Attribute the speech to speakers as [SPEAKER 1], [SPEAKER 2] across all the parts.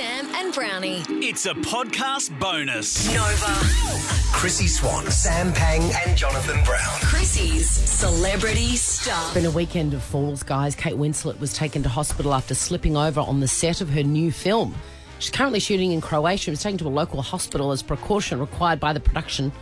[SPEAKER 1] and Brownie.
[SPEAKER 2] It's a podcast bonus.
[SPEAKER 3] Oh
[SPEAKER 1] Nova.
[SPEAKER 4] Chrissy Swan, Sam Pang, and Jonathan Brown.
[SPEAKER 1] Chrissy's Celebrity Star.
[SPEAKER 5] Been a weekend of falls, guys. Kate Winslet was taken to hospital after slipping over on the set of her new film. She's currently shooting in Croatia and was taken to a local hospital as precaution required by the production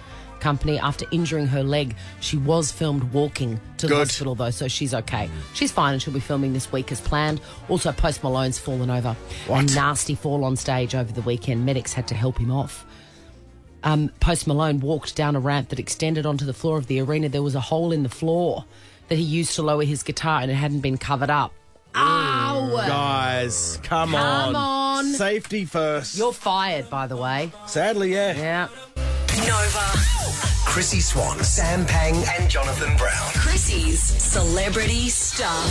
[SPEAKER 5] company after injuring her leg. She was filmed walking to the
[SPEAKER 6] Good.
[SPEAKER 5] hospital though, so she's okay. She's fine and she'll be filming this week as planned. Also, Post Malone's fallen over.
[SPEAKER 6] What?
[SPEAKER 5] A nasty fall on stage over the weekend. Medics had to help him off. Um, Post Malone walked down a ramp that extended onto the floor of the arena. There was a hole in the floor that he used to lower his guitar and it hadn't been covered up. Ow!
[SPEAKER 6] Guys, come, on.
[SPEAKER 5] Come on.
[SPEAKER 6] Safety 1st
[SPEAKER 5] You're fired, by the way.
[SPEAKER 6] Sadly, yeah.
[SPEAKER 5] Yeah.
[SPEAKER 1] Nova.
[SPEAKER 4] Chrissy Swan, Sam Pang, and Jonathan Brown.
[SPEAKER 1] Chrissy's Celebrity Star.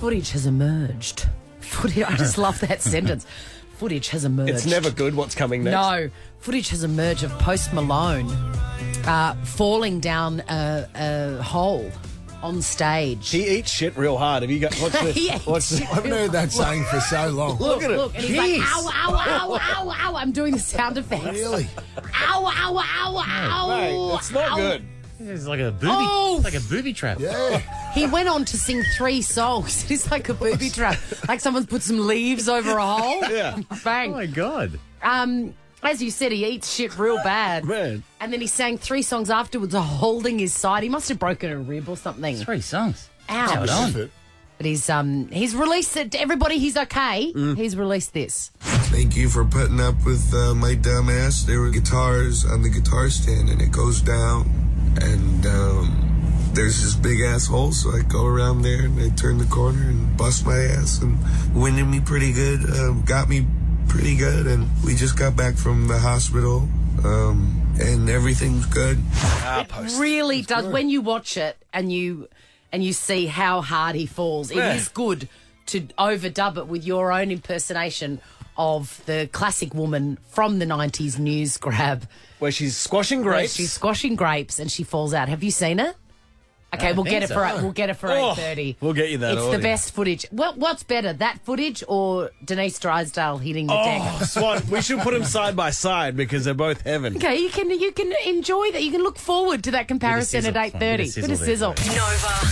[SPEAKER 5] Footage has emerged. Footage, I just love that sentence. Footage has emerged.
[SPEAKER 6] It's never good what's coming next.
[SPEAKER 5] No, footage has emerged of Post Malone uh, falling down a, a hole on stage.
[SPEAKER 6] He eats shit real hard. Have you got what's the,
[SPEAKER 5] He ate
[SPEAKER 6] what's the,
[SPEAKER 5] shit.
[SPEAKER 7] I've heard that saying for so long.
[SPEAKER 6] look, at it.
[SPEAKER 5] Look, and he's like,
[SPEAKER 6] Jeez.
[SPEAKER 5] ow, ow, ow, ow, ow. I'm doing the sound effects.
[SPEAKER 7] Really?
[SPEAKER 5] Ow, ow, ow, ow.
[SPEAKER 6] Hey, it's not
[SPEAKER 5] ow.
[SPEAKER 6] good.
[SPEAKER 3] It's like a booby,
[SPEAKER 5] Oh!
[SPEAKER 3] it's like a booby trap.
[SPEAKER 7] Yeah.
[SPEAKER 5] He went on to sing three songs. It's like a booby trap. Like someone's put some leaves over a hole.
[SPEAKER 6] Yeah.
[SPEAKER 3] Oh
[SPEAKER 5] Bang.
[SPEAKER 3] my god!
[SPEAKER 5] Um, as you said, he eats shit real bad.
[SPEAKER 6] Man.
[SPEAKER 5] And then he sang three songs afterwards holding his side. He must have broken a rib or something.
[SPEAKER 3] Three songs.
[SPEAKER 5] Ouch.
[SPEAKER 3] Out on.
[SPEAKER 5] But he's um he's released it to everybody he's okay.
[SPEAKER 3] Mm.
[SPEAKER 5] He's released this.
[SPEAKER 8] Thank you for putting up with uh, my dumb ass. There were guitars on the guitar stand, and it goes down, and um, there's this big asshole. So I go around there and I turn the corner and bust my ass, and winded me pretty good, um, got me pretty good, and we just got back from the hospital, um, and everything's good.
[SPEAKER 5] really does when you watch it and you and you see how hard he falls
[SPEAKER 6] Yeah.
[SPEAKER 5] it is good to overdub it with your own impersonation of the classic woman from the 90s news grab
[SPEAKER 6] Where she's squashing
[SPEAKER 5] where
[SPEAKER 6] grapes.
[SPEAKER 5] she's squashing grapes and she falls out have you seen it okay we'll get it
[SPEAKER 3] think
[SPEAKER 5] for
[SPEAKER 3] so.
[SPEAKER 5] we'll get it for
[SPEAKER 6] Oh,
[SPEAKER 5] 8.30
[SPEAKER 6] we'll get you that
[SPEAKER 5] it's the
[SPEAKER 6] audio.
[SPEAKER 5] best footage what, what's better that footage or denise drysdale hitting the
[SPEAKER 6] oh,
[SPEAKER 5] deck
[SPEAKER 6] Swan, we should put them side by side because they're both heaven.
[SPEAKER 5] okay you can you can enjoy that you can look forward to that comparison at
[SPEAKER 3] sizzle, Tom. Bit of
[SPEAKER 5] 8.30 bit of
[SPEAKER 3] sizzle there,
[SPEAKER 5] sizzle
[SPEAKER 1] Nova.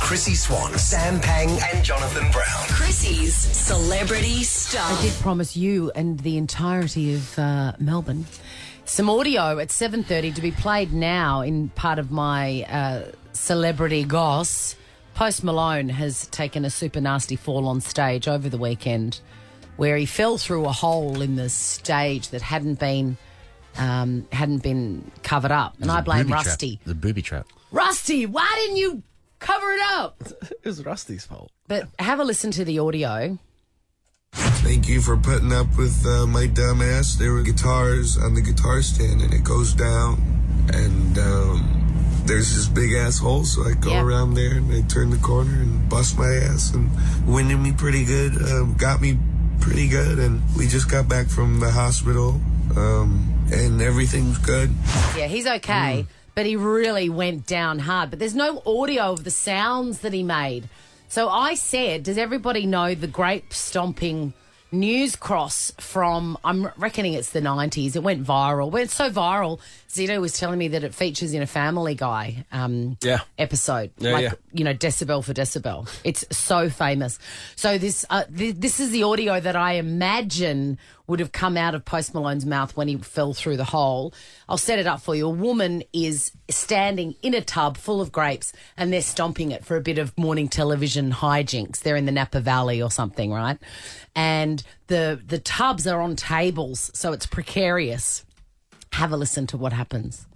[SPEAKER 4] Chrissy Swan, Sam Pang, and Jonathan Brown.
[SPEAKER 1] Chrissy's Celebrity Star.
[SPEAKER 5] I did promise you and the entirety of uh, Melbourne some audio at 7.30 to be played now in part of my uh, celebrity goss. Post Malone has taken a super nasty fall on stage over the weekend where he fell through a hole in the stage that hadn't been um, hadn't been covered up. And I blame Rusty.
[SPEAKER 3] The booby trap.
[SPEAKER 5] Rusty, why didn't you cover it up?
[SPEAKER 6] It was Rusty's fault.
[SPEAKER 5] But have a listen to the audio.
[SPEAKER 8] Thank you for putting up with uh, my dumb ass. There were guitars on the guitar stand, and it goes down, and um, there's this big asshole. So I go
[SPEAKER 5] Yeah.
[SPEAKER 8] around there and I turn the corner and bust my ass, and winded me pretty good, um, got me pretty good, and we just got back from the hospital, um, and everything's good.
[SPEAKER 5] Yeah, he's okay, but he really went down hard. But there's no audio of the sounds that he made. So I said, does everybody know the grape stomping news cross from, I'm reckoning it's the 90s? It went viral. It went so viral, Zito was telling me that it features in a Family Guy um,
[SPEAKER 6] Yeah.
[SPEAKER 5] episode.
[SPEAKER 6] Yeah,
[SPEAKER 5] like,
[SPEAKER 6] yeah.
[SPEAKER 5] you know, decibel for decibel. It's so famous. So this uh, th- this is the audio that I imagine would have come out of Post Malone's mouth when he fell through the hole. I'll set it up for you. A woman is standing in a tub full of grapes and they're stomping it for a bit of morning television hijinks. They're in the Napa Valley or something, right? And the the tubs are on tables, so it's precarious. Have a listen to what happens.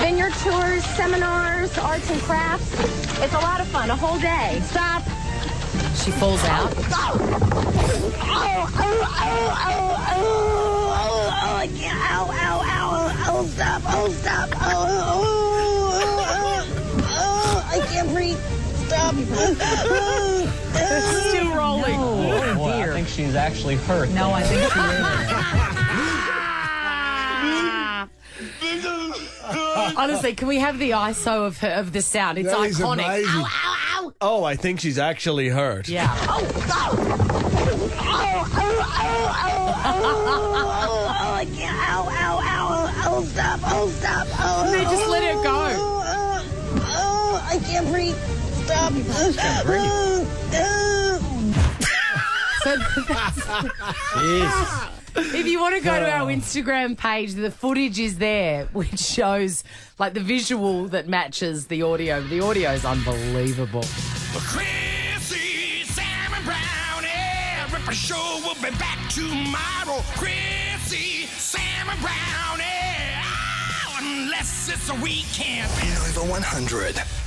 [SPEAKER 9] vineyard tours, seminars, arts and crafts. It's a lot of fun, a whole day. Stop.
[SPEAKER 5] She falls out. Still rolling. Oh,
[SPEAKER 10] I think she's actually hurt. No, I think she is.
[SPEAKER 5] Honestly, can we have the ISO of her, of the sound? It's
[SPEAKER 7] That is
[SPEAKER 5] iconic.
[SPEAKER 7] amazing.
[SPEAKER 5] Ow, ow, ow.
[SPEAKER 6] Oh, I think she's actually hurt.
[SPEAKER 5] Yeah.
[SPEAKER 9] oh, oh, ow, ow, ow, oh, stop, oh, stop, oh.
[SPEAKER 5] No, just let it go.
[SPEAKER 9] Oh, oh, oh, I can't breathe. Stop. I can't breathe.
[SPEAKER 5] So
[SPEAKER 6] Jeez.
[SPEAKER 5] If you want to go to our Instagram page, the footage is there, which shows like the visual that matches the audio. The audio is unbelievable.
[SPEAKER 2] Chrissy, E. Sam and Brownie. Ripper Show will be back tomorrow. Chrissy, Sam eh, and Brownie. Oh, unless it's a weekend.
[SPEAKER 4] Nova 100.